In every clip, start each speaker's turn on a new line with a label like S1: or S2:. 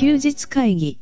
S1: 日会議。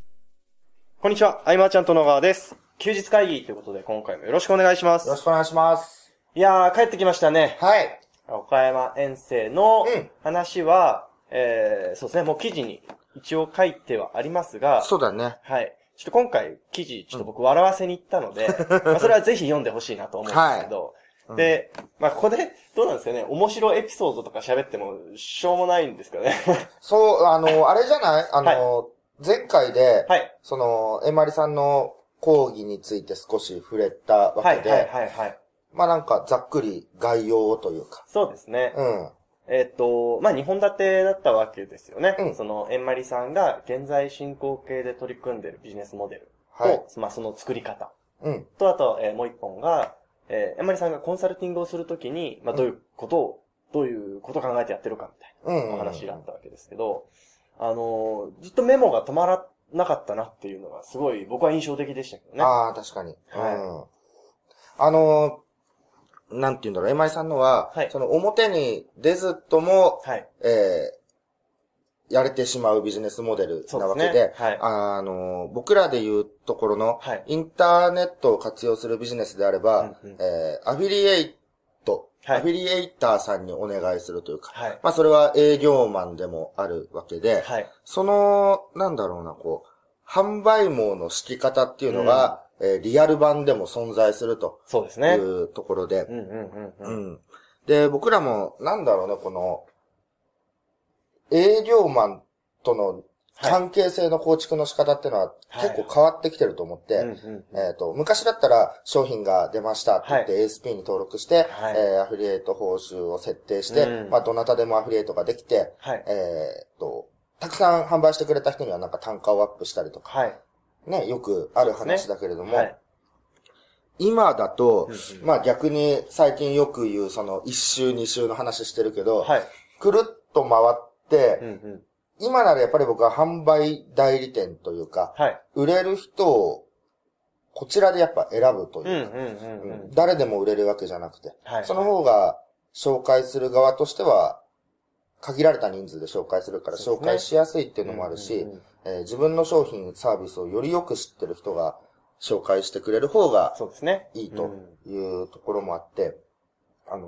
S2: こんにちは、アイマーちゃんと野川です。休日会議ということで、今回もよろしくお願いしま
S3: よろ
S2: す。
S3: しくお願いします。
S2: いやー、帰ってきましたね。
S3: はい。
S2: 岡山遠征の
S3: うん
S2: 話は、えー、そうですね、もう記事に一応書いてはありますが、
S3: そうだね。
S2: はい。ちょっと今回、記事、ちょっと僕笑わせに行ったの で、まあそれはぜひ読んでほしいなと思うんですけど、で、まあここで、どうなんですかね、面白エピソードとか喋っても、しょうもないんですかね。
S3: そう、あの、あれじゃないあの、前回で、
S2: はい。
S3: その、えまりさんの講義について少し触れたわ
S2: はい、
S3: けで、
S2: はい、はい、はい。
S3: まあなんかざっくり概要をというか。
S2: そうですね。
S3: うん。
S2: えっ、と、まあ、二本立てだったわけですよね。
S3: うん
S2: その、えんまりさんが現在進行形で取り組んでるビジネスモデルと、
S3: はい
S2: まあ、その作り方
S3: うん。
S2: と、あと、えーもう一本が、えー、えんまりさんがコンサルティングをするときに、まあ、どういうことを、どういうことを考えてやってるかみた
S3: うん
S2: い
S3: うん。
S2: なお話があったわけですけど、あのーずっとメモが止まらなかったなっていうのが、すごい僕は印象的でしたけどね。
S3: ああ、確かに。
S2: は
S3: うん。あの、なんて言うんだろう、えまりさんのは、
S2: はい
S3: その表に出ずとも、
S2: はい。
S3: えーやれてしまうビジネスモデルなわけ
S2: そう
S3: で、
S2: ですねはい
S3: あの、僕らで言うところの、
S2: はい
S3: インターネットを活用するビジネスであれば、
S2: うんうん
S3: えーアフィリエイト、
S2: はい
S3: アフィリエイターさんにお願いするというか、
S2: はい。
S3: まあそれは営業マンでもあるわけで、
S2: はい。
S3: その、なんだろうな、こう、販売網の敷き方っていうのが、えーリアル版でも存在すると
S2: そうです
S3: い
S2: ね。
S3: うところで、
S2: うんうんうん
S3: う
S2: うん。
S3: ん。で、僕らも、なんだろうね、この、営業マンとの
S2: はい。
S3: 関係性の構築の仕方っていうのは
S2: はい
S3: 結構変わってきてると思って、
S2: うんうんうん
S3: えっ、と、昔だったら商品が出ましたって言って ASP に登録して、
S2: はい
S3: えーアフィリエイト報酬を設定して、
S2: うん
S3: まあ、どなたでもアフィリエイトができて、
S2: はい。
S3: えっ、と、たくさん販売してくれた人にはなんか単価をアップしたりとか、
S2: はい。
S3: ね、よくある
S2: そうです
S3: 話
S2: ね
S3: だけれども、
S2: はい。
S3: 今だと、
S2: うんうん
S3: まあ逆に最近よく言うその一周二周の話してるけど、
S2: はい。
S3: くるっと回って、
S2: うんうん。
S3: 今ならやっぱり僕は販売代理店というか、
S2: はい。
S3: 売れる人をこちらでやっぱ選ぶというか、
S2: んう
S3: うん誰でも売れるわけじゃなくて、
S2: はい
S3: その方が紹介する側としては、限られた人数で紹介するから
S2: そう
S3: 紹
S2: ですね
S3: 介しやすいっていうのもあるし、
S2: うんうんうん
S3: えー自分の商品、サービスをよりよく知ってる人が紹介してくれる方が
S2: そうですね。
S3: いいうと
S2: ん
S3: いうところもあって、あの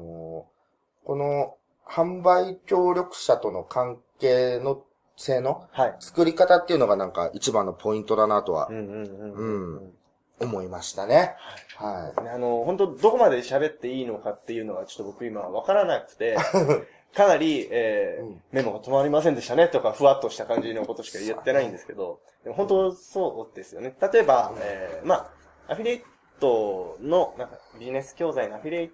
S3: ーこの販売協力者との関係の性の
S2: はい。
S3: 作り方っていうのがなんか一番のポイントだなとは
S2: うんうん
S3: うん思いましたね。は
S2: あの、本当どこまで喋っていいのかっていうのはちょっと僕今わからなくて、 かなり、えー
S3: うん
S2: メモが止まりませんでしたねとか、ふわっとした感じのことしか言ってないんですけど、でも本当そうですよね。例えば、えーまあ、アフィリエイトの、なんかビジネス教材のアフィリエイ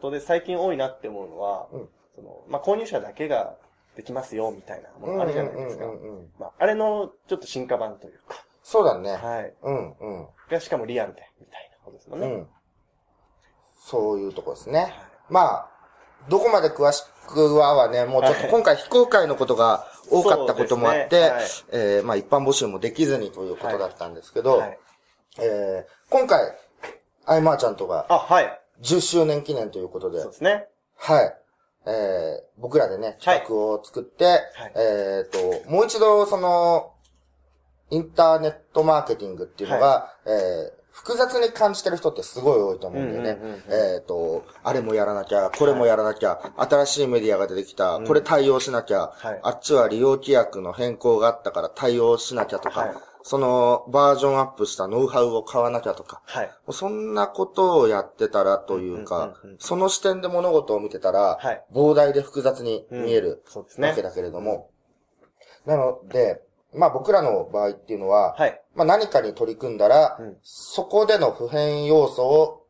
S2: トで最近多いなって思うのは、
S3: うん。
S2: そのまあ、購入者だけができますよみたいないものあるじゃないですか。
S3: うんうんうんうん
S2: まあ、あれのちょっと進化版という
S3: そうだね。
S2: か、はい。
S3: うんうん。
S2: がしかもリアルで、みたいなことですもん
S3: う
S2: ね。
S3: ん。そういうとこですね。まあ、どこまで詳しくははね、もうちょっと今回非公開のことが多かったこともあ
S2: そ
S3: って、
S2: うです
S3: えーまあ一般募集もできずにということだったんですけど、
S2: はい。
S3: えー今回、アイマーちゃんとが
S2: あ、はい。
S3: 10周年記念ということで、
S2: そうですね。
S3: はい。えー僕らでね、企画を作って、えっ、と、もう一度、その、インターネットマーケティングっていうのが、えー複雑に感じてる人ってすごい多いと思うんだよね
S2: うんうんうんうん。
S3: えっ、と、あれもやらなきゃ、これもやらなきゃ、新しいメディアが出てきた、これ対応しなきゃ、
S2: はい
S3: あっちは利用規約の変更があったから対応しなきゃとか、
S2: はい
S3: そのバージョンアップしたノウハウを買わなきゃとか、
S2: はい。
S3: もうそんなことをやってたらというか
S2: うんうんうんうん、
S3: その視点で物事を見てたら、
S2: はい
S3: 膨大で複雑に見える
S2: うんそうですね
S3: わけだけれども、なので、まあ僕らの場合っていうのは、
S2: はい。
S3: まあ何かに取り組んだら、
S2: うん
S3: そこでの普遍要素を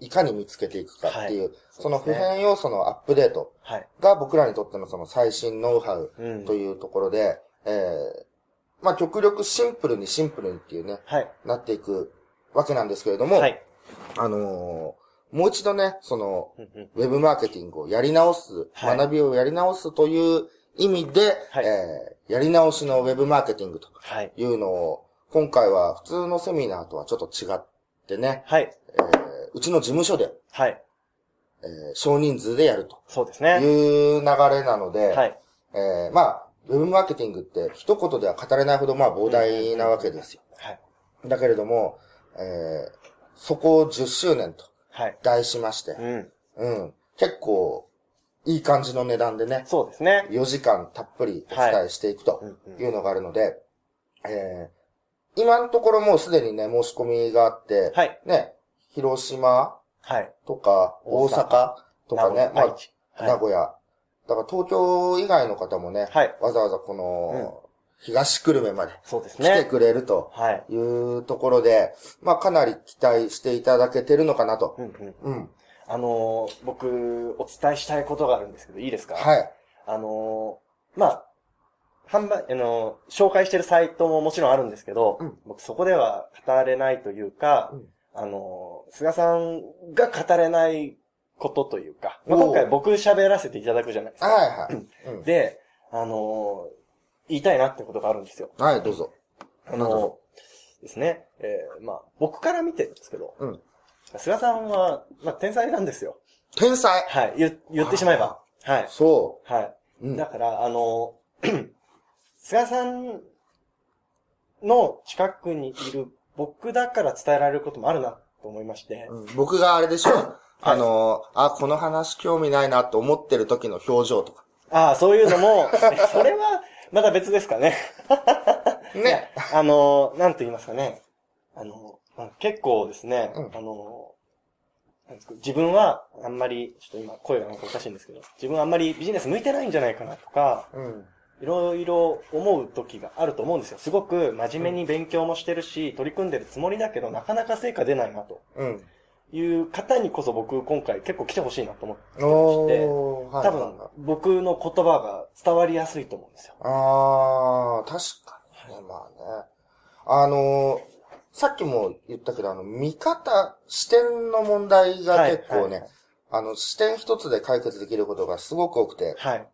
S3: いかに見つけていくかっていう、
S2: はい
S3: その
S2: そうで
S3: 普
S2: すね
S3: 遍要素のアップデート
S2: はい。
S3: が僕らにとってのその最新ノウハウ
S2: うん
S3: というところで、えーまあ極力シンプルにシンプルにっていうね、
S2: はい。
S3: なっていくわけなんですけれども、
S2: はい。
S3: あのーもう一度ね、その、
S2: うんうん
S3: ウェブマーケティングをやり直す、
S2: はい
S3: 学びをやり直すという意味で、
S2: はい
S3: えーやり直しのウェブマーケティングと
S2: はい。
S3: いうのを、今回は普通のセミナーとはちょっと違ってね、
S2: はい。
S3: えーうちの事務所で、
S2: はい。
S3: えー少人数でやると
S2: そうです
S3: い
S2: ね。
S3: う流れなので、
S2: はい。
S3: えーまあ、ウェブマーケティングって一言では語れないほどまあ膨大なわけですよ。
S2: はい。
S3: だけれども、えー、そこを10周年と
S2: はい。
S3: 題しまして、
S2: うん。
S3: うん。結構、いい感じの値段でね、
S2: そうですね。
S3: 4時間たっぷりお伝えしていくと
S2: うんうん
S3: いうのがあるので、えー、今のところもうすでにね、申し込みがあって、
S2: はい。
S3: ね、広島
S2: はい。
S3: とか、
S2: 大
S3: 大
S2: 阪
S3: 阪とかね、
S2: 名
S3: ま
S2: 古屋
S3: あ
S2: 愛、知。
S3: 名古屋。だから東京以外の方もね、
S2: はい
S3: わざわざこの、東久留米まで
S2: そうです
S3: 来て
S2: ね。
S3: くれると
S2: はい。
S3: いうところで、まあかなり期待していただけてるのかなと
S2: う。んうん。
S3: うん。
S2: あのー僕、お伝えしたいことがあるんですけど、いいですかい。
S3: はい。
S2: あのーまあ、販売、あのー紹介してるサイトももちろんあるんですけど、
S3: うん
S2: 僕そこでは語れないというか、
S3: うん
S2: あのー菅さんが語れないことというか、まあ、
S3: おう
S2: 今回僕喋らせていただくじゃないですか。
S3: はいはい。うん
S2: で、あのー言いたいなってことがあるんですよ。
S3: はい、どうぞ。
S2: あ
S3: なるほ
S2: のーですね、えーまあ、僕から見てるんですけど、
S3: うん
S2: 菅さんは、まあ、天才なんですよ。
S3: 天才
S2: はい、言、言ってしまえば。はい。
S3: そ
S2: はい。
S3: う。うん
S2: だ。から、あの、 菅さんの近くにいる僕だから伝えられることもあるなと思いまして、
S3: うん僕があれでしょあの、あ、この話興味ないなと思ってる時の表情とか。
S2: ああ、そういうのも、 それはまた別ですかね。
S3: ね。
S2: あの、なんと言いますかね。あの、結構ですね、
S3: うん
S2: あの、なんですか自分はあんまり、ちょっと今声がなんかおかしいんですけど、自分はあんまりビジネス向いてないんじゃないかなとか、
S3: うん。
S2: いろいろ思う時があると思うんですよ。すごく真面目に勉強もしてるし、取り組んでるつもりだけど、なかなか成果出ないなと
S3: うん。
S2: いう方にこそ僕今回結構来てほしいなと思って、
S3: おー、はい
S2: 多分僕の言葉が伝わりやすいと思うんですよ。
S3: ああ、確かにね、まあね。あのーさっきも言ったけど、あの、見方、視点の問題が結構ね、
S2: はい
S3: あの、視点一つで解決できることがすごく多くて、
S2: はい。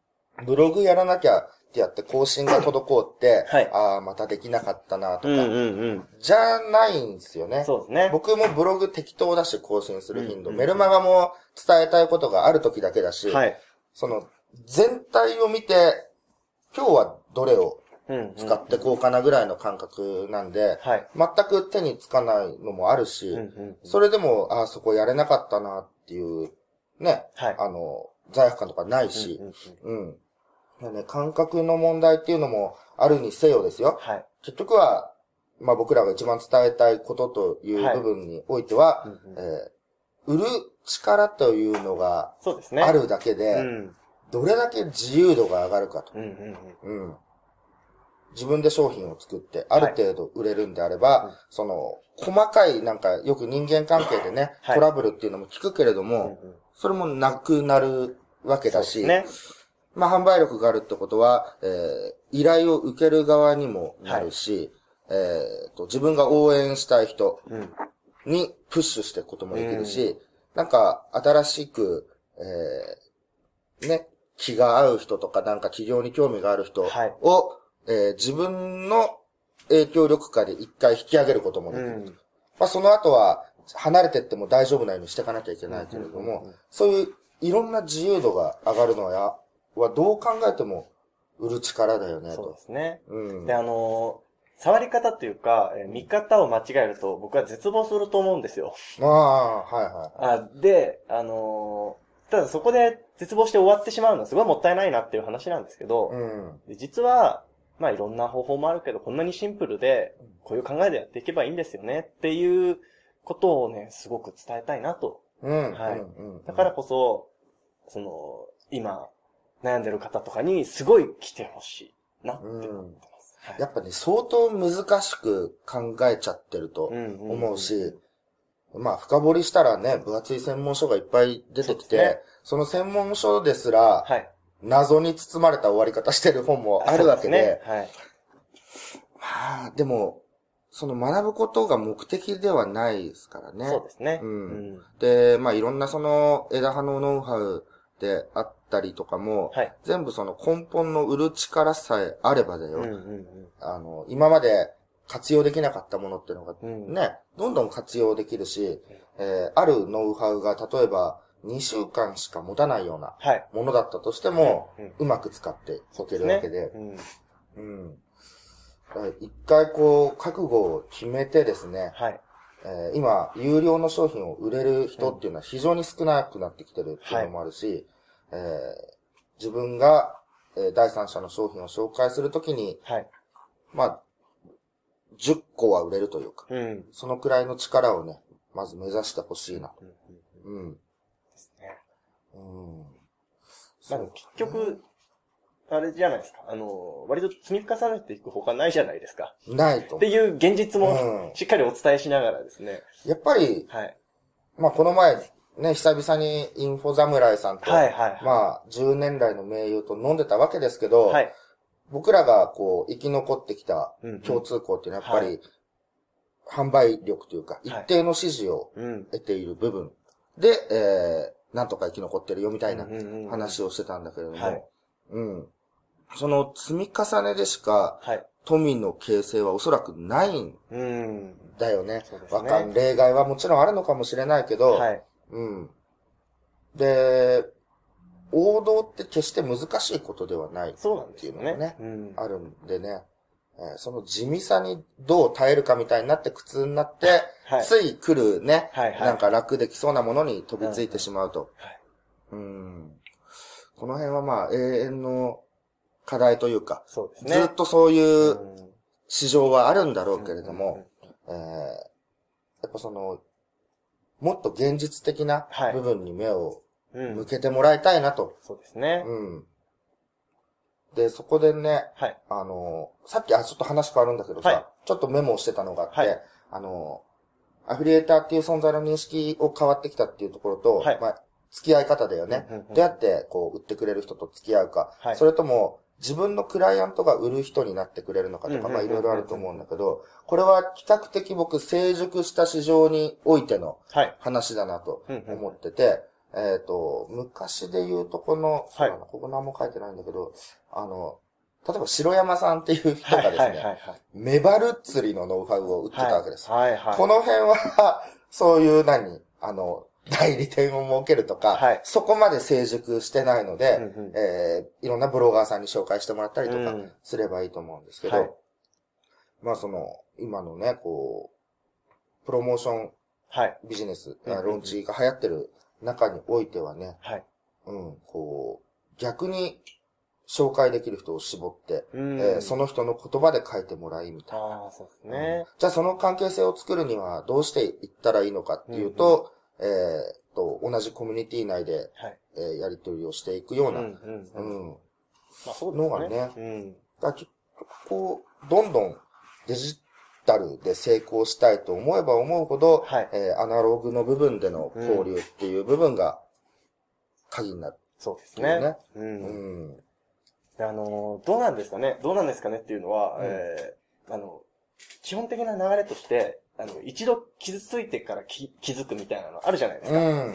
S3: ブログやらなきゃってやって更新が滞って、
S2: はい
S3: ああ、またできなかったなとか、
S2: んうん。
S3: じゃないんですよね。
S2: そうですね。
S3: 僕もブログ適当だし更新する頻度、
S2: うんうんうん
S3: メルマガも伝えたいことがある時だけだし、
S2: はい。
S3: その、全体を見て、今日はどれを
S2: うんうん
S3: 使ってこうかなぐらいの感覚なんで、
S2: はい。
S3: 全く手につかないのもあるし、
S2: うんうん
S3: それでも、ああ、そこやれなかったなっていう、ね、
S2: はい
S3: あの、罪悪感とかないし
S2: う、んうんうん
S3: うん。だからね、感覚の問題っていうのもあるにせよですよ。
S2: はい。
S3: 結局は、まあ僕らが一番伝えたいことという
S2: はい
S3: 部分においては、
S2: うんうん
S3: えー売る力というのが
S2: そうですね。
S3: あるだけで、
S2: うん。
S3: どれだけ自由度が上がるかと。
S2: うんうんうん。
S3: うん。自分で商品を作って、ある程度売れるんであれば、
S2: うん
S3: その、細かいなんか、よく人間関係でね、
S2: はい
S3: トラブルっていうのも聞くけれど
S2: う
S3: も、
S2: んうん
S3: それもなくなるわけだし、
S2: そうで
S3: まあ、販売力があるってことは、えー依頼を受ける側にもなるし、えーと、自分が応援したい人
S2: すね。うん。
S3: にプッシュしていくこともできるし、なんか、新しく、えーね、気が合う人とか、なんか企業に興味がある人を、
S2: はい
S3: えー自分の影響力下で一回引き上げることもでき
S2: う
S3: る。
S2: ん。
S3: まあ、その後は、離れてっても大丈夫なようにしていかなきゃいけないけれど
S2: うんうんうんう
S3: も、そういういろんな自由度が上がるのや、はどう考えても売る力だよね、
S2: そう
S3: と
S2: で。すね。
S3: うん
S2: で、。あのー触り方っていうか、えー見方を間違えると僕は絶望すると思うんですよ。
S3: まあ、はいは
S2: あで、あのーただそこで絶望して終わってしまうのはすごいもったいないなっていう話なんですけど、
S3: い。うん。
S2: で実は、まあいろんな方法もあるけど、こんなにシンプルで、こういう考えでやっていけばいいんですよねっていうことをね、すごく伝えたいなと。
S3: うん。
S2: はい
S3: うんうんうん
S2: だからこそ、その、今、悩んでる方とかにすごい来てほしいなって思ってます。はい
S3: やっぱね、相当難しく考えちゃってると
S2: うんうん
S3: 思うし、まあ、深掘りしたらね、分厚い専門書がいっぱい出てき
S2: そうです
S3: て
S2: ね、
S3: その専門書ですら、
S2: はい。
S3: 謎に包まれた終わり方してる本もあるわけ
S2: そう
S3: で、
S2: すねはい。
S3: まあ、でも、その学ぶことが目的ではないですからね。
S2: そうですね。
S3: うん
S2: うん
S3: で、まあ、いろんなその枝葉のノウハウであったりとかも、
S2: はい。
S3: 全部その根本の売る力さえあればだよ。
S2: うんうん
S3: あの、今まで活用できなかったものっていうのが
S2: うん。うん。
S3: ね、どんどん活用できるし、えーあるノウハウが例えば2週間しか持たないような
S2: はい。
S3: ものだったとしても、
S2: うんうん
S3: うまく使っていけるわけで、
S2: うん。
S3: うん。だから一回こう、覚悟を決めてですね、
S2: はい。
S3: えー今、有料の商品を売れる人っていうのは非常に少なくなってきてるっていうのもあるし、えー自分が、えー第三者の商品を紹介するときに、
S2: はい。
S3: まあ、10個は売れるというか、
S2: うん。うん
S3: そのくらいの力をね、まず目指してほしいな。
S2: うんうん
S3: うん。
S2: ですね。
S3: うん。
S2: まあでも結局、あれじゃないですか。あの、割と積み重ねていく他ないじゃないですか。
S3: ないと
S2: って。いう現実
S3: う
S2: も
S3: ん
S2: しっかりお伝えしながらですね。
S3: やっぱり、
S2: はい。
S3: まあこの前、ね、久々にインフォ侍さんと、
S2: はいはい。
S3: まあ10年来の名優と飲んでたわけですけど、
S2: はい。
S3: 僕らがこう生き残ってきた
S2: うん
S3: 共通項っていうのはやっぱり、
S2: は
S3: 販売力というか、一
S2: はい
S3: 定の支持を
S2: うん。
S3: 得ている部分で、えー、なんとか生き残ってるよみたいな
S2: うんうんうん
S3: 話をしてたんだけれども、
S2: はい
S3: うん。その積み重ねでしか
S2: はい。
S3: 富の形成はおそらくないん
S2: うん。
S3: だよね
S2: そうで。すね
S3: わかん、例外はもちろんあるのかもしれないけど、
S2: はい。
S3: うん。で、王道って決して難しいことではない。
S2: そうなんですよ
S3: っていうのが
S2: ね
S3: ね。
S2: うん
S3: あるんでね、えーその地味さにどう耐えるかみたいになって苦痛になって、
S2: はい
S3: つい来るね、
S2: はいはい
S3: なんか楽できそうなものに飛びついてしまうと。
S2: はい
S3: うんこの辺はまあ永遠の課題というか、
S2: そうですね。
S3: ずっとそういう
S2: うん
S3: 市場はあるんだろうけれども、えーやっぱその、もっと現実的な
S2: はい
S3: 部分に目を
S2: うんうんうん
S3: 向けてもらいたいなと。
S2: そうですね。
S3: うんで、そこでね、
S2: はい。
S3: あの、さっき、あ、ちょっと話変わるんだけどさ、
S2: はい
S3: ちょっとメモをしてたのがあって、
S2: はい
S3: あの、アフィリエーターっていう存在の認識を変わってきたっていうところと、
S2: はい
S3: まあ、付き合い方だよね。
S2: うんうんうん
S3: どうやって、こう、売ってくれる人と付き合うか、
S2: はい
S3: それとも、自分のクライアントが売る人になってくれるのかと
S2: うんうん
S3: か、
S2: うん
S3: まあ、いろいろあると思うんだけど、これは比較的僕、成熟した市場においての
S2: はい。
S3: 話だなと
S2: うんうん
S3: 思ってて、えっ、と、昔で言うとこの、そうだなここ何も書いてないんだけど、あの、例えば城山さんっていう人
S2: は
S3: が
S2: い
S3: で
S2: は
S3: す
S2: い
S3: ね、
S2: はいはい。
S3: メバル釣りのノウハウを売ってたわけです。
S2: はいはい。
S3: この辺は、 そういう何、あの、代理店を設けるとか、
S2: はい
S3: そこまで成熟してないので、
S2: うんうん
S3: えーいろんなブロガーさんに紹介してもらったりとか
S2: うん
S3: すればいいと思うんですけど、
S2: はい
S3: まあその、今のね、こう、プロモーション
S2: はい。
S3: ビジネス、
S2: うんうんうん
S3: ローンチが流行ってる中においてはね、
S2: はい。
S3: うん、こう、逆に紹介できる人を絞って、
S2: うん
S3: えーその人の言葉で書いてもらいみたい
S2: ああ、そうです
S3: な。
S2: ね
S3: うん。じゃあその関係性を作るにはどうしていったらいいのかっていうと、えーっと、同じコミュニティ内で、
S2: はい。
S3: えーやり取りをしていくよう
S2: うん
S3: な、
S2: う
S3: うん。
S2: んうん。
S3: だ
S2: まあそう
S3: のがね
S2: ですね。
S3: から結局こう、どんどんデジタルで成功したいと思えば思うほど、
S2: うん。はい。
S3: えーアナログの部分での交流っていう部分が鍵になる。
S2: そうです
S3: ね
S2: ね。う。
S3: うんん。
S2: であのー、どうなんですかねどうなんですかねっていうのは、
S3: うん
S2: えーあの、基本的な流れとして、あの、一度傷ついてからき気づくみたいなのあるじゃないです
S3: う
S2: か。
S3: ん。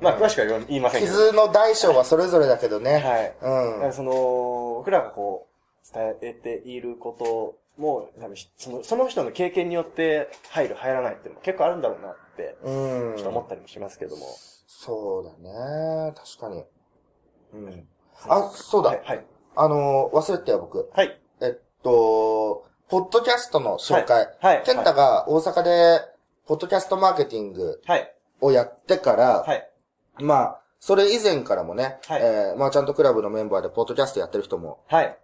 S2: まあ、詳しくは言わ言いませんけど。
S3: 傷の大小はそれぞれだけどね。
S2: はい。
S3: う
S2: だ
S3: ん
S2: からその、僕らがこう、伝えていることも、多分その、その人の経験によって入る、入らないっていうのも結構あるんだろうなって、
S3: うん。
S2: ちょっと思ったりもしますけども。
S3: そうだね。確かに。うん。あ、そうだ。
S2: はい。はい。
S3: あのー、忘れてたよ、僕。
S2: はい。
S3: えっと、ポッドキャストの紹介。
S2: はいはい
S3: ケンタが大阪で、ポッドキャストマーケティング
S2: はい。
S3: をやってから、
S2: はい。
S3: まあ、それ以前からもね、
S2: はい
S3: えー、マーチャントクラブのメンバーでポッドキャストやってる人も
S2: はい。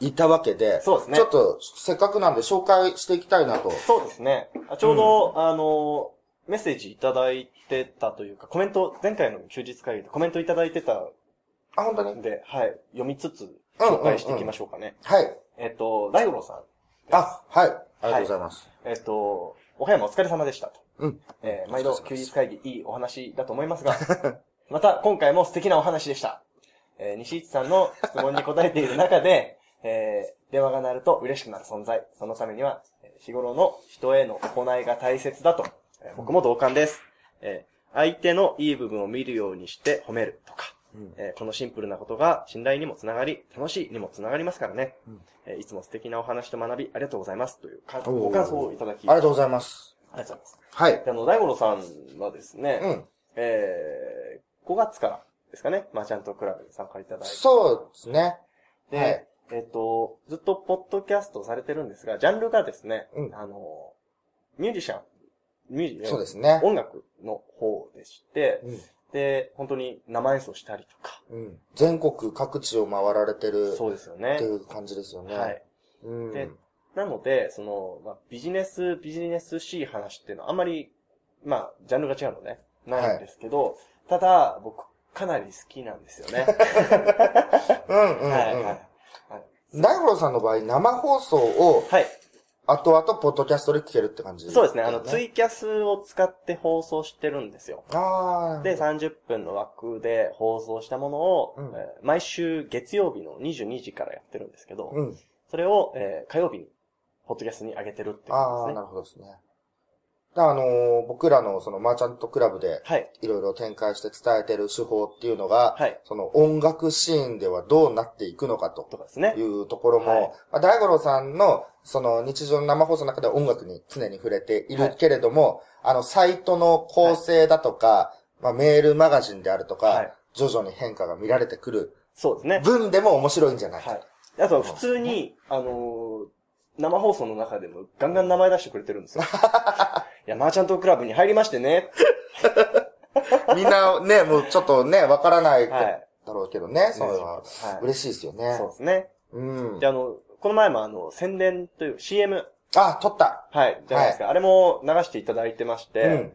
S3: いたわけで、
S2: そうですね
S3: ちょっと、せっかくなんで紹介していきたいなと。
S2: そうですね。あちょうど、あの、メッセージいただいてたというか、コメント、前回の休日会議でコメントいただいてた
S3: あ、本当
S2: ん
S3: に
S2: で、はい、読みつつ、紹介していきましょうかね。
S3: はい。
S2: えっと、大五郎さん。
S3: あ、はい。ありがとうございます。
S2: えっと、お部屋もお疲れ様でしたと。
S3: うん。
S2: えー毎度休日会議いいお話だと思います が、また今回も素敵なお話でした。えー西市さんの質問に答えている中で、えー電話が鳴ると嬉しくなる存在。そのためには、えー日頃の人への行いが大切だと。えー僕も同感です。えー相手のいい部分を見るようにして褒めるとか、
S3: うん
S2: えーこのシンプルなことが信頼にもつながり、楽しいにもつながりますからね。
S3: うん
S2: えーいつも素敵なお話と学びありがとうございますというかご感想をいただき、
S3: あり
S2: あり
S3: がとうございます。
S2: がとうございます。
S3: はい。
S2: であの、大五郎さんはですね、
S3: うん。
S2: え5月からですかね、マーチャントクラブに参加いただいて。
S3: そうですね。
S2: で、
S3: はい
S2: えっ、と、ずっとポッドキャストされてるんですが、ジャンルがですね、
S3: うん
S2: あの、ミュージシャン、ミュージ
S3: そうですね。
S2: 音楽の方でして、
S3: うん
S2: で、本当に生演奏したりとか、
S3: うん全国各地を回られてる
S2: そうですよ
S3: っ
S2: ね
S3: てい。う感じですよね。
S2: はい。
S3: うん。
S2: でなので、その、まあ、ビジネス、ビジネスしい話っていうのはあんまり、まあ、ジャンルが違うのね、ないんですけど、ただ、僕、かなり好きなんですよね。
S3: うんうん、うん。
S2: はい、はい。
S3: 大五郎さんの場合、生放送を
S2: はい。
S3: 後々ポッドキャストで聞けるって感じ、
S2: そうですね。あの、ツ
S3: イ
S2: イキャスを使って放送してるんですよ。
S3: あー
S2: で、30分の枠で放送したものを、
S3: うん
S2: えー毎週月曜日の22時からやってるんですけど、
S3: うん。
S2: それを、えー火曜日に、ポッドキャストに上げてるっていう
S3: あ
S2: こ
S3: あ、
S2: とで
S3: なるほどですね。だからあのー僕らのそのマーチャントクラブです
S2: ね。はい。
S3: いろいろ展開して伝えてる手法っていうのが、
S2: はい
S3: その音楽シーンではどうなっていくのかと
S2: とかですね
S3: い。うところも、
S2: はい
S3: まあ、大五郎さんのその日常の生放送の中では音楽に常に触れてい
S2: は
S3: る
S2: い
S3: けれども、あの、サイトの構成だとか、まあ、メールマガジンであるとか、
S2: はい
S3: 徐々に変化が見られてくる
S2: そうですね。
S3: 分でも面白いんじゃないか。
S2: はい。あと、普通に、あのー生放送の中でもガンガン名前出してくれてるん ですよ。いや、マーチャントクラブに入りましてね。
S3: みんなね、もうちょっとね、わからない
S2: は
S3: だ
S2: い。
S3: ろうけどね、それは
S2: はい
S3: 嬉しいですよね。
S2: そうですね。
S3: うん
S2: で、。あの、この前もあの、宣伝という CM、
S3: あ、撮った。
S2: はい、じゃないですか。あれも流していただいてまして、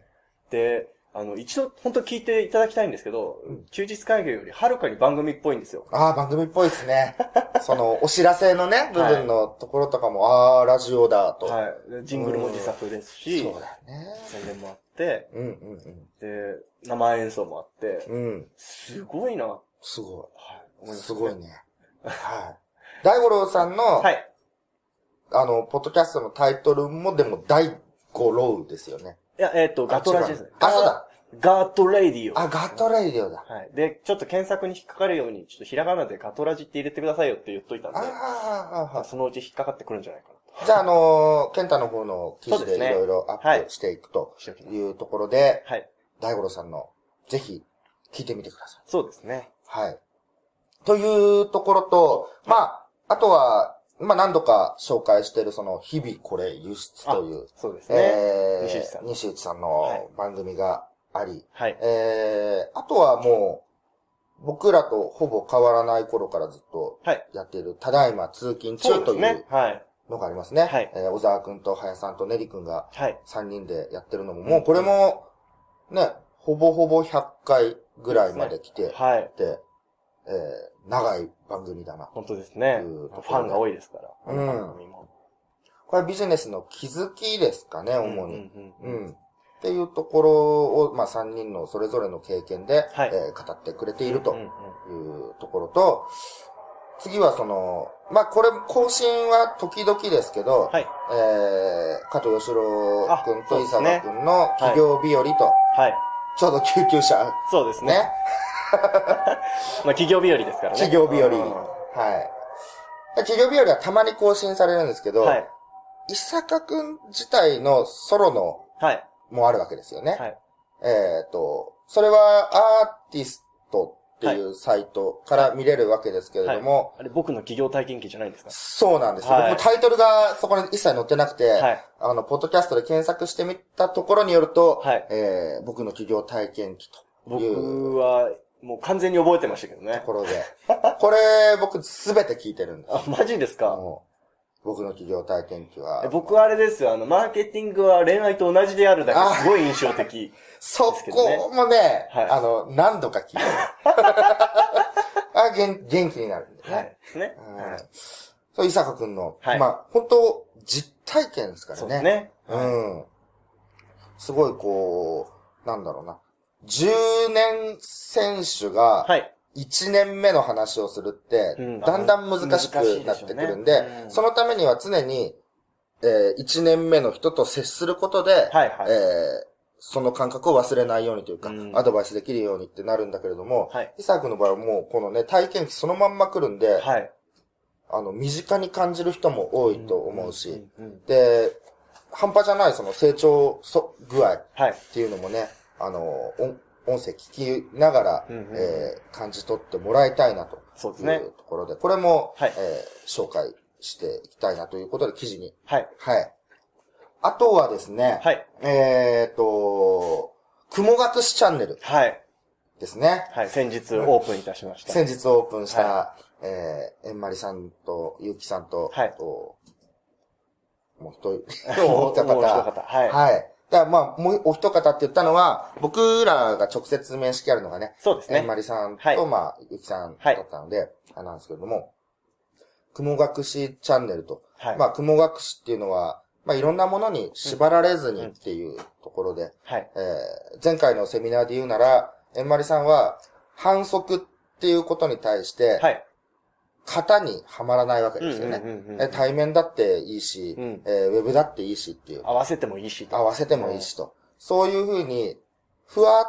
S2: で、あの、一度、本当聞いていただきたいんですけど、休日会議よりはるかに番組っぽいんですよ。
S3: ああ、番組っぽいで すね。その、お知らせのね、部分のところとかも、ああ、ラジオだと。
S2: はい。でジングルも自作ですし、
S3: そうだね。
S2: 宣伝もあって、
S3: うんうん
S2: で、生演奏もあって、
S3: うん。うん。
S2: すごいな、は
S3: すご
S2: い、思いま
S3: い。
S2: す
S3: すごいね。はい。大五郎さんの、
S2: はい。
S3: あの、ポッドキャストのタイトルも、でも、大五郎ですよね。
S2: いや、えっ、と、ガトラジですね。
S3: あそうだ。
S2: ガートレイディオ。
S3: あ、ガトレイディオだ。
S2: はい。で、ちょっと検索に引っかかるように、ちょっとひらがなでガトラジって入れてくださいよって言っといたんで
S3: あー、あー、あー
S2: そのうち引っかかってくるんじゃないかなと。
S3: じゃあ、あのー、ケンタの方の記
S2: そ
S3: 事
S2: うで
S3: ですい
S2: ね
S3: ろいろアップしていくと
S2: しておきます
S3: いうところで、
S2: はい。
S3: 大五郎さんの、ぜひ、聞いてみてください。
S2: そうですね。
S3: はい。というところと、まあ、あとは、まあ何度か紹介してる、その、日々これ輸出という、
S2: そうですね。
S3: えー
S2: 西内さんの
S3: 西内さん
S2: はい
S3: の番組があり、
S2: はい。
S3: えー、あとはもう、僕らとほぼ変わらない頃からずっと
S2: はい。
S3: やっている、ただいま通勤
S2: そう
S3: 中
S2: で
S3: と
S2: す
S3: い
S2: ね
S3: う。
S2: はい。
S3: のがありますね。
S2: はい
S3: えー小沢くんと林さんとネリくんが
S2: はい。
S3: 3人でやってるのも、もうこれも、ね、ほぼほぼ100回ぐらいまで来て、
S2: はい。
S3: って、えー長い番組だな。
S2: 本当ですね。
S3: とい
S2: フ
S3: うとこ
S2: ァ
S3: ろで
S2: ンが多いですから。
S3: うん
S2: あの番組も
S3: これはビジネスの気づきですかね、主に。
S2: うんう
S3: うん
S2: うん
S3: ん。っていうところを、まあ、3人のそれぞれの経験で、
S2: はい
S3: えー語ってくれていると
S2: うん
S3: い
S2: うん
S3: うところと、次はその、まあ、これ、更新は時々ですけど、
S2: はい。
S3: えー加藤義郎くん
S2: あそう
S3: と
S2: で
S3: 伊
S2: す
S3: 佐
S2: ね
S3: 野くんの企業日和と、
S2: はい。
S3: ちょうど救急車、
S2: そうですね。
S3: ね、
S2: まあ、企業日和ですからね。
S3: 企業日和。
S2: うん
S3: はい。企業日和はたまに更新されるんですけど、
S2: はい。
S3: 伊坂くん自体のソロの
S2: はい。
S3: もあるわけですよね。
S2: はい。
S3: えっ、と、それはアーティストっていうサイトから見れるわけですけれ
S2: は
S3: ど
S2: い
S3: も、。
S2: あれ、僕の企業体験記じゃないんですか
S3: そうなんですよ。
S2: はい
S3: 僕もタイトルがそこに一切載ってなくて、
S2: はい
S3: あの、ポッドキャストで検索してみたところによると、
S2: はい
S3: えー僕の企業体験記という
S2: 僕は、もう完全に覚えてましたけど
S3: と
S2: ね。
S3: ころで、 これ僕すべて聞いてるんです。
S2: あ、マジですか
S3: もう僕の企業体験記は
S2: え。僕はあれですよ、あの、マーケティングは恋愛と同じであるだ
S3: あ
S2: けすごい印象 的。
S3: そ
S2: ですけどね
S3: こもね、
S2: はい
S3: あの、何度か聞いて る。あ元元気になるんでね。
S2: はい。ですね。
S3: うん
S2: はい
S3: そう、伊坂くんの、
S2: はい
S3: まあ、本当実体験ですから
S2: そう
S3: ね。
S2: ですね。
S3: うん。すごい、こう、なんだろうな。10年選手が、
S2: はい。
S3: 1年目の話をするって、
S2: うん
S3: だんだん難しく
S2: 難しい
S3: な
S2: で
S3: っ
S2: しょ
S3: て
S2: う
S3: く
S2: ね
S3: るんで、
S2: うん
S3: そのためには常に、え1年目の人と接することで、
S2: はいはい
S3: えーその感覚を忘れないようにというか、
S2: うん
S3: アドバイスできるようにってなるんだけれども、
S2: はい
S3: 伊沢君の場合はもうこのね、体験記そのまんま来るんで、
S2: はい。
S3: あの、身近に感じる人も多いと思うし、
S2: んうん
S3: で、半端じゃないその成長そ具合っ
S2: はい。
S3: ていうのもね、あの、音音声聞きながら、
S2: うんうんうん
S3: えー感じ取ってもらいたいなと。
S2: そうですね
S3: いうところで、これも、
S2: はい
S3: えー紹介していきたいなということで、記事に。
S2: はい。
S3: はい。あとはですね、
S2: はい。
S3: えーっと、雲隠しチャンネル
S2: はい。
S3: ですね。
S2: はい。先日オープンいたしました。
S3: 先日オープンした、
S2: は
S3: えー、えんまりさんと、ゆうきさんと、
S2: はい
S3: おもう一人、
S2: も
S3: も
S2: う
S3: う
S2: 一
S3: 一
S2: 方
S3: 方。
S2: はい
S3: だからまあ、もうお一方って言ったのは、僕らが直接面識あるのがね、
S2: そうです
S3: え
S2: ね
S3: ん。まりさんと、
S2: はい
S3: まあ、ゆうきさん
S2: は
S3: だ
S2: い
S3: ったので、あれなんですけれども、雲隠しチャンネルと。
S2: はい。
S3: まあ、雲隠しっていうのは、まあ、いろんなものに縛られずにっていうところで、
S2: はい。
S3: えー前回のセミナーで言うなら、えんまりさんは、反則っていうことに対して、
S2: はい。
S3: 型にはまらないわけ
S2: うん
S3: ですよね。
S2: うんうんうん
S3: え対面だっていいし、
S2: うん
S3: えーウェブだっていいしっていう、
S2: 合わせてもいいしと。
S3: 合わせてもいいしと。そういうふうに、ふわっ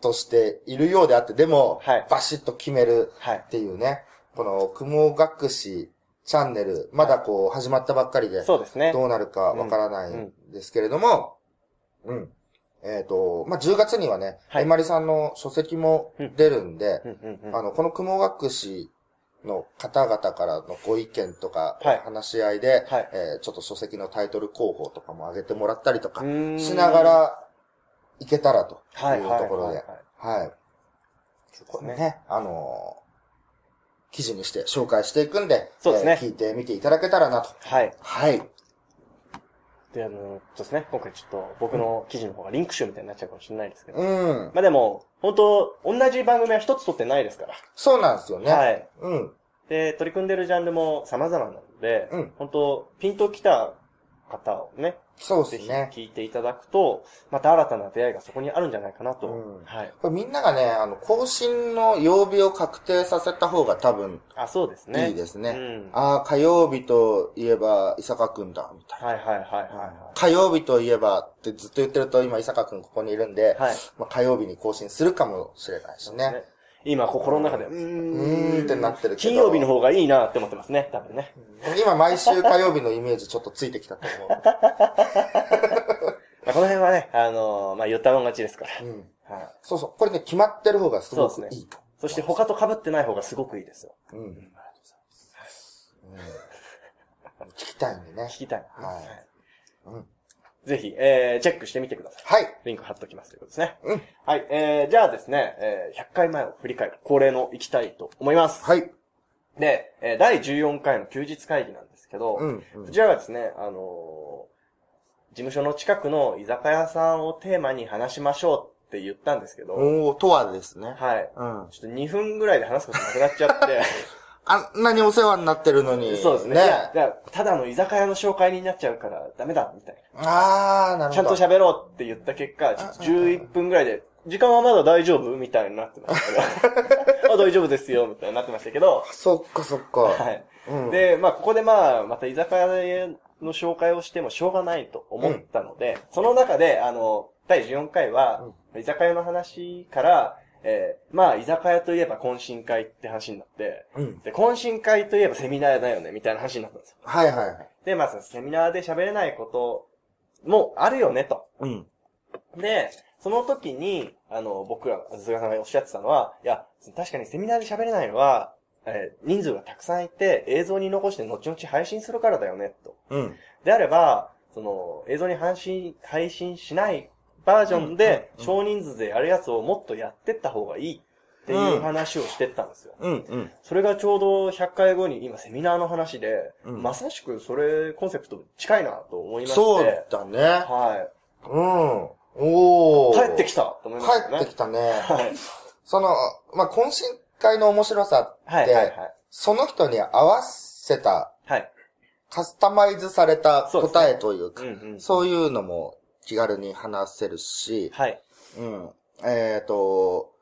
S3: としているようであって、でも、
S2: はい
S3: バシッと決める
S2: はい
S3: っ。ていうね、この、雲隠しチャンネル、まだこう、始まったばっかりで、
S2: そうですね。
S3: どうなるかわからないんですけれども、うん。えっ、と、まあ、10月にはね、
S2: はい
S3: えまりさんの書籍も出るんで、
S2: うんうんうん
S3: あの、この雲隠しの方々からのご意見とか、
S2: はい
S3: 話し合いで、
S2: はい
S3: えーちょっと書籍のタイトル候補とかも上げてもらったりとか
S2: う、ーん
S3: しながら、いけたらと
S2: はいいうはいはいはい
S3: ところで、はい。
S2: そうですね。
S3: ね、あのー記事にして紹介していくんで、
S2: そうですね
S3: えー聞いてみていただけたらなと。
S2: はい。
S3: はい。
S2: で、あの、そうですね。今回ちょっと僕の記事の方がリンク集みたいになっちゃうかもしれないですけど。
S3: うん。
S2: まあでも、本当同じ番組は一つ撮ってないですから。
S3: そうなんですよね。
S2: はい。
S3: うん。
S2: で、取り組んでるジャンルも様々なので、
S3: うん
S2: 本当ピンときた方をね、
S3: そう
S2: ぜ
S3: で
S2: ひ
S3: すね。
S2: 聞いていただくと、また新たな出会いがそこにあるんじゃないかなと。
S3: うん
S2: はい。
S3: これみんながね、あの、更新の曜日を確定させた方が多分
S2: あ、そうですね。
S3: いいですね。
S2: うん
S3: ああ、火曜日といえば伊坂くんだ、みたい
S2: はいはいはい
S3: な。
S2: は
S3: 火曜日といえばってずっと言ってると今伊坂くんここにいるんで、
S2: い。はい。はい。
S3: まあ、火曜日に更新するかもしれないしね。
S2: 今、心の中で、うーん
S3: うーんってなってるけ
S2: 金
S3: ど
S2: 曜日の方がいいなって思ってますね、多分ね。
S3: 今毎週火曜日のイメージちょっとついてきたと思う。
S2: まあ、この辺はね、あのーまあ、言ったもん勝ちですから。
S3: う
S2: は
S3: ん、
S2: い。
S3: そうそう。これね、決まってる方がすご
S2: そう
S3: く
S2: です
S3: い
S2: ね
S3: いと。
S2: そして他と被ってない方がすごくいいですよ。
S3: うん。うん聞きたいんでね。
S2: 聞きたい。
S3: はいうん
S2: ぜひ、えー、チェックしてみてください。
S3: はい。
S2: リンク貼っときますということですね。
S3: うん
S2: はい、えー、じゃあですね、えー、100回前を振り返る恒例の行きたいと思います。
S3: はい。
S2: で、えー、第14回の休日会議なんですけど、
S3: うんうん
S2: こちらはですね、あのー事務所の近くの居酒屋さんをテーマに話しましょうって言ったんですけど、
S3: おー、とはですね。
S2: はい。
S3: うん。
S2: ちょっと2分ぐらいで話すことなくなっちゃって、
S3: あんなにお世話になってるのに。
S2: そうですね。いやいやただの居酒屋の紹介になっちゃうからダメだ、みたいな。
S3: あー、なるほど。
S2: ちゃんと喋ろうって言った結果、ちょっと11分ぐらいで、時間はまだ大丈夫みたいになってました けど。あ、大丈夫ですよ、みたいになってましたけど。
S3: そっかそっか。
S2: はい。
S3: うん
S2: で、まあ、ここでまあ、また居酒屋の紹介をしてもしょうがないと思ったので、その中で、あの、第14回は、居酒屋の話から、えーまあ、居酒屋といえば懇親会って話になって、
S3: うん。
S2: で、懇親会といえばセミナーだよね、みたいな話になったんですよ。
S3: はいはいはい。
S2: で、まあ、そのセミナーで喋れないこともあるよね、と。
S3: うん。
S2: で、その時に、あの、僕ら、鈴鹿さんがおっしゃってたのは、いや、確かにセミナーで喋れないのは、えー人数がたくさんいて、映像に残して後々配信するからだよね、と。
S3: うん。
S2: であれば、その、映像に配信、配信しないバージョンで、
S3: うん
S2: 少人数でやるやつをもっとやってった方がいいっていう話をしてったんですよ。
S3: うん。うん。
S2: それがちょうど100回後に今セミナーの話で、
S3: うん
S2: まさしくそれコンセプト近いなと思いまして。
S3: そうだね。
S2: は
S3: うん。お
S2: い。
S3: ー。
S2: 帰ってきたと思いましたね。
S3: 帰ってきたね。
S2: はい。
S3: その、まあ、懇親会の面白さ
S2: は
S3: っ
S2: いはいはい
S3: て、。その人に合わせた、
S2: はい。
S3: カスタマイズされた
S2: そうですね
S3: 答えというか
S2: う、んうん。
S3: そういうのも気軽に話せるし、
S2: はい。
S3: うん。えっ、と、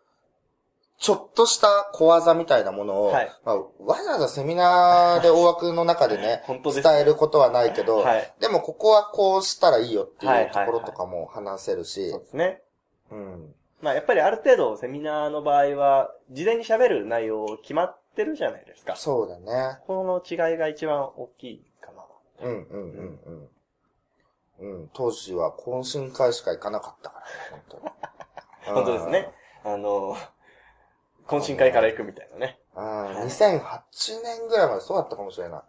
S3: ちょっとした小技みたいなものを、
S2: はい、
S3: まあ、わざわざセミナーで大枠の中でね
S2: 本当ですね
S3: 伝えることはないけど、
S2: はい
S3: でもここはこうしたらいいよって
S2: はいは
S3: いう
S2: い
S3: と
S2: はい
S3: ころとかも話せるし、
S2: そうですね。
S3: うん。
S2: まあやっぱりある程度セミナーの場合は、事前に喋る内容決まってるじゃないですか。
S3: そうだね。
S2: この違いが一番大きいかな。
S3: うんうんうんうん。
S2: 。
S3: うん、当時は懇親会しか行かなかったから、本当に
S2: 本当ですね。あの、懇親会から行くみたいなね。
S3: うん、2008年ぐらいまでそうだったかもしれない。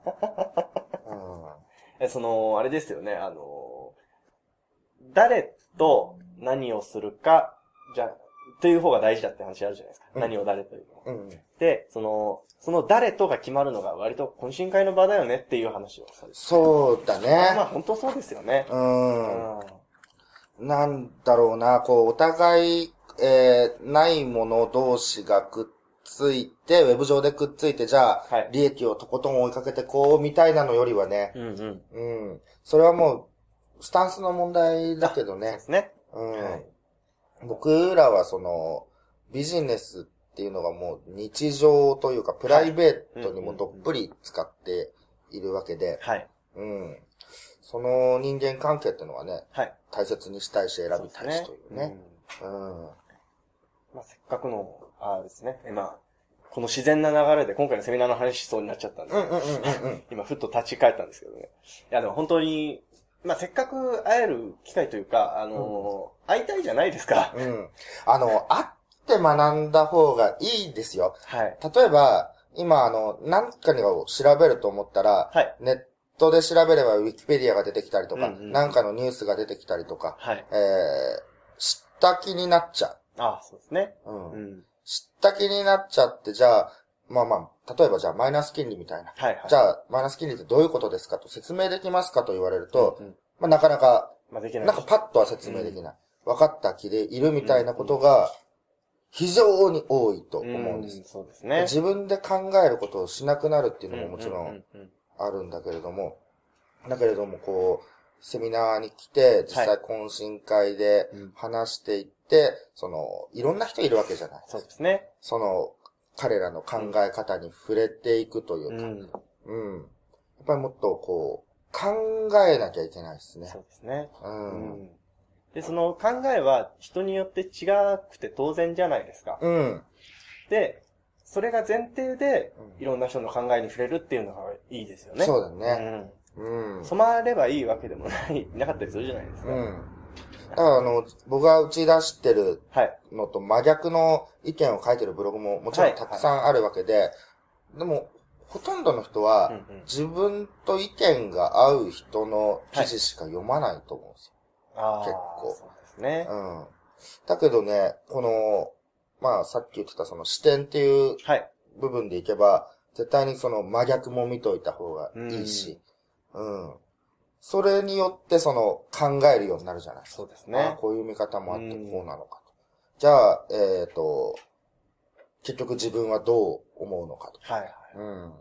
S2: えその、あれですよね、あの、誰と何をするか、じゃ、という方が大事だって話あるじゃないですか。
S3: うん
S2: 何を誰というのは。
S3: うん。うん。
S2: で、その、その誰とが決まるのが割と懇親会の場だよねっていう話をされて。
S3: そうだ
S2: まあ
S3: ね。
S2: 本当そうですよね。う
S3: うん。
S2: ん
S3: なんだろうな、こう、お互い、えー、ないもの同士がくっついて、ウェブ上でくっついて、じゃあ、
S2: はい
S3: 利益をとことん追いかけてこう、みたいなのよりはね、
S2: うんうん。
S3: うん。それはもう、スタンスの問題だけど
S2: そう
S3: ね
S2: で。すね。
S3: うん。
S2: はい
S3: 僕らはその、ビジネスっていうのがもう日常というか、プライベートにもどっぷり使っているわけで、
S2: はい。
S3: うん。その人間関係っていうのはね、
S2: はい。
S3: 大切にしたいし選びたいしという
S2: そうです
S3: ね。
S2: ん
S3: うん。
S2: まあ、せっかくの、あれですね。えまあ、この自然な流れで今回のセミナーの話しそうになっちゃったんで、
S3: うんうんうんうん。
S2: 今ふっと立ち返ったんですけどね。いや、でも本当に、まあ、せっかく会える機会というか、あのー会いたいじゃないですか。
S3: うん。あの、会って学んだ方がいいですよ。
S2: はい。
S3: 例えば、今あの、何かを調べると思ったら、
S2: はい。
S3: ネットで調べればウィキペディアが出てきたりとか、
S2: うんうん
S3: 何かのニュースが出てきたりとか、
S2: はい。
S3: えー、知った気になっちゃ
S2: あそうですね。
S3: う。うん。
S2: うん。
S3: 知った気になっちゃって、じゃあ、まあまあ、例えばじゃあマイナス金利みたいな。
S2: はい、はい。
S3: じ
S2: ゃ
S3: ゃあ、マイナス金利ってどういうことですかと説明できますかと言われると、
S2: うんうん
S3: まあなかなか
S2: まあ、できない。
S3: なんかパッとは説明できない。分かった気でいるみたいなことが、非常に多いと思うんです。
S2: うんそうですね。
S3: 自分で考えることをしなくなるっていうのももちろ
S2: うんうううん。
S3: あるんだけれども、だけれどもこう、セミナーに来て、実
S2: は
S3: 際懇親会で
S2: うん
S3: 話していって、その、いろんな人いるわけじゃない。
S2: そうですね。
S3: その、彼らの考え方に触れていくといううか、
S2: ん。
S3: うん。やっぱりもっとこう、考えなきゃいけないですね
S2: そ。うですね。
S3: うん。
S2: で、その考えは人によって違くて当然じゃないですか。
S3: うん。
S2: で、それが前提で、
S3: うん
S2: いろんな人の考えに触れるっていうのがいいですよね。
S3: そうだね。
S2: ね。
S3: うん。
S2: 染まればいいわけでもない、 なかったりするじゃないですか。
S3: うん。だからあの、僕が打ち出してる
S2: はい。
S3: のと真逆の意見を書いてるブログももちろんたくさんあるわけで、でも、ほとんどの人は、
S2: うんうん
S3: 自分と意見が合う人の記事しか読まないと思うんです
S2: あー
S3: 結構
S2: そうですね
S3: よ。。うん。だけどね、この、まあさっき言ってたその視点っていう
S2: はい。
S3: 部分でいけば、絶対にその真逆も見といた方がいいし、うん。それによってその考えるようになるじゃないですか
S2: そうです
S3: ああ
S2: ね。
S3: こういう見方もあって
S2: うん
S3: こうなのかと。じゃあ、えっ、と、結局自分はどう思うのかと。
S2: はいはい。
S3: うん。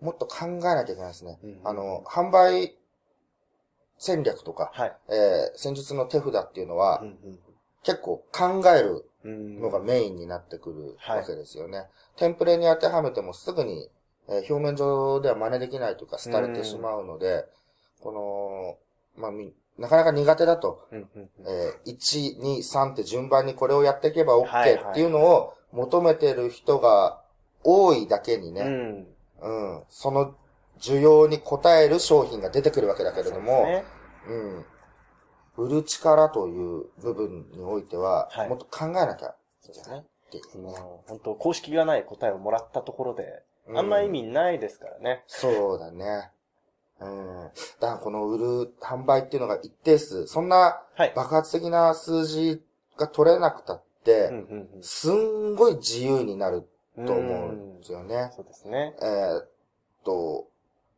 S3: もっと考えなきゃいけないですね。
S2: うん
S3: あの、販売戦略とか、
S2: はい。
S3: えー戦術の手札っていうのは、
S2: ん
S3: 結構考える
S2: うん
S3: のがメインになってくる
S2: はい
S3: わけですよね。テンプレに当てはめてもすぐに、えー表面上では真似できないというか、廃れてしまうので、この、まあ、みなかなか苦手だと
S2: うんうんうん
S3: えー1、2、3って順番にこれをやっていけば
S2: はいはい
S3: OK っていうのを求めてる人が多いだけに
S2: う
S3: ね、
S2: ん。
S3: うん、その需要に応える商品が出てくるわけだけれど
S2: そう
S3: も、
S2: ですね
S3: うん、売る力という部分においては、
S2: はい
S3: もっと考えなきゃ
S2: そうですね。
S3: って、
S2: その、本当公式がない答えをもらったところで、
S3: うん
S2: あんま意味ないですからね。
S3: そうだね。うん、だからこの売る販売っていうのが一定数、そんな
S2: はい。
S3: 爆発的な数字が取れなくたって、
S2: うんうんうん
S3: すんごい自由になると思うん
S2: ん
S3: ですよね。
S2: そうですね。
S3: えーっと、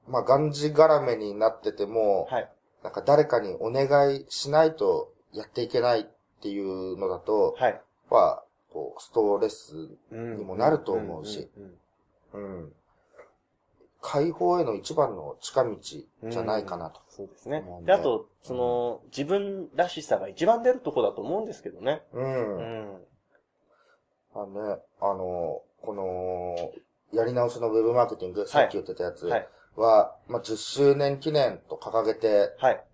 S3: まあ、がんじがらめになってても、
S2: はい。
S3: なんか誰かにお願いしないとやっていけないっていうのだと、
S2: はい。
S3: は、こう、ストレス、
S2: に
S3: にもなると思うし。
S2: んんん
S3: うん。解放への一番の近道じゃないかなと。
S2: そうですね
S3: 思うん。で
S2: で、あと、その、自分らしさが一番出るとこだと思うんですけどね。
S3: うん。
S2: う
S3: あ
S2: ん。
S3: のね、あの、この、やり直しのウェブマーケティング、さっき言ってたやつは、
S2: はい
S3: まあ、10周年記念と掲げて、
S2: はい。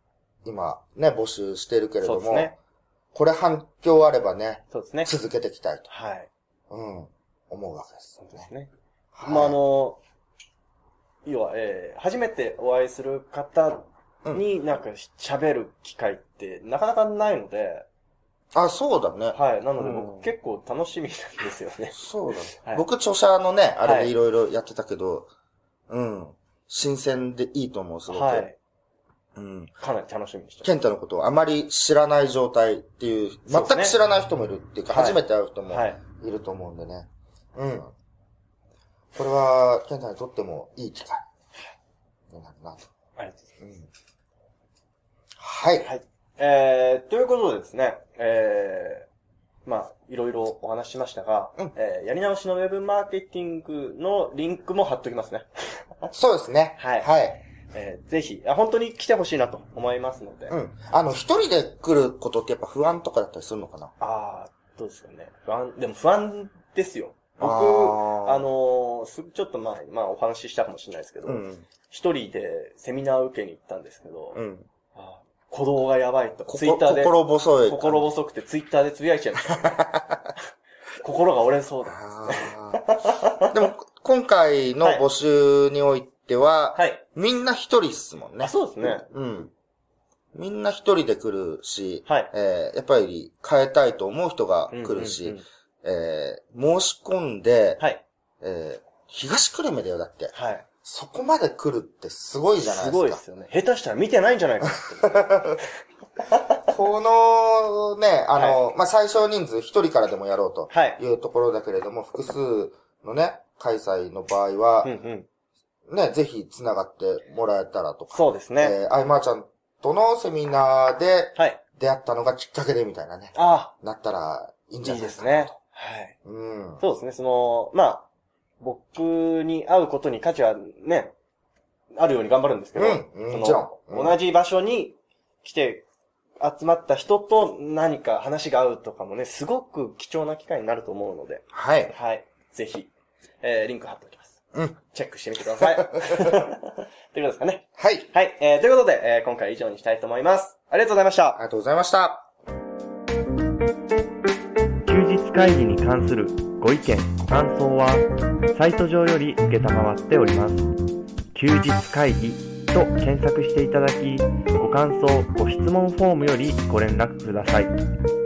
S3: 今ね、募集してるけれ
S2: そ
S3: ど
S2: うです
S3: も、
S2: ね。
S3: これ反響あればね、
S2: そうですね。
S3: 続けていきたいと、
S2: はい。
S3: うん、思うわけです
S2: そう
S3: よ
S2: で
S3: ね。
S2: すね。
S3: はい
S2: まあ、あの、要は、えー、初めてお会いする方になんかし喋る機会ってなかなかないので、
S3: あ、そうだね。
S2: はい。なので僕結構楽しみなんですよね。
S3: そうだね。
S2: はい
S3: 僕、著者のね、あれ
S2: は
S3: で
S2: い
S3: いろいろやってたけど、うん。新鮮でいいと思う、すごく。
S2: はい。
S3: うん。
S2: かなり楽しみにして
S3: ケンタのことをあまり知らない状態っていう、
S2: そう
S3: 全
S2: ですね
S3: く知らない人もいるっていうか、
S2: はい
S3: 初めて会う人
S2: ま
S3: も
S2: す。はい。
S3: いると思うんでね。うん。これは、ケンタにとってもいい機会になるなと。
S2: ありがとうございます。
S3: はい。
S2: はい。えー、ということでですね、えー、まあ、いろいろお話ししましたが、
S3: うん
S2: えーやり直しのウェブマーケティングのリンクも貼っときますね。
S3: そうですね。
S2: はい
S3: はい。
S2: えー、ぜひ、あ本当に来てほしいなと思いますので。
S3: う
S2: あ
S3: ん。あの、一人で来ることってやっぱ不安とかだったりするのかな
S2: あーどうですかね。不安、でも不安ですよ。僕、
S3: あ
S2: あ
S3: ー
S2: のーすちょっと前、まあお話ししたかもしれないですけど、
S3: うん。
S2: 一人でセミナー受けに行ったんですけど、
S3: うん。
S2: あー鼓動がやばいと、
S3: こ
S2: ツイッターで。
S3: 心細い。
S2: 心細くてツイッターでつぶやいちゃいました。 心が折れそうだ。
S3: あーでも、今回の募集においては、
S2: はい。
S3: みんな一人っすもんね。
S2: あ、そうですね。
S3: うん。みんな一人で来るし、
S2: はい
S3: えーやっぱり変えたいと思う人が来るし、
S2: うんうんうん
S3: えー申し込んで、
S2: はい。
S3: えー東久留米だよ、だって。
S2: はい。
S3: そこまで来るってすごいじゃないですすか。
S2: ごいですよね。下手したら見てないんじゃないかって。
S3: このね、あの、まあ、最小人数一人からでもやろうと
S2: はい。
S3: いうところだけれども、複数のね、開催の場合は
S2: うん、うん。
S3: ね、ぜひ繋がってもらえたらとか、
S2: そうですね。
S3: えー、アイマーちゃんとのセミナーで
S2: はい。
S3: 出会ったのがきっかけでみたいなね、
S2: あ
S3: なったらいいんじ
S2: あ、
S3: ゃ
S2: い
S3: ないいで
S2: ですす
S3: か。
S2: ね。はい。
S3: うん。
S2: そうですね。その、まあ、僕に会うことに価値はね、あるように頑張るんですけど、
S3: うん
S2: その
S3: もちろんうん
S2: 同じ場所に来て集まった人と何か話が合うとかもね、すごく貴重な機会になると思うので、
S3: はい。
S2: はい。ぜひ、えー、リンク貼っておきます。
S3: うん。
S2: チェックしてみてくだ さい。ということですかね。
S3: はい。
S2: はい。えー、ということで、えー今回は以上にしたいと思います。ありがとうございまし
S3: あ
S2: た。
S3: りがとうございました。
S2: 休日会議に関するご意見、ご感想は、サイト上より受けたまわっております。休日会議と検索していただき、ご感想、ご質問フォームよりご連絡ください。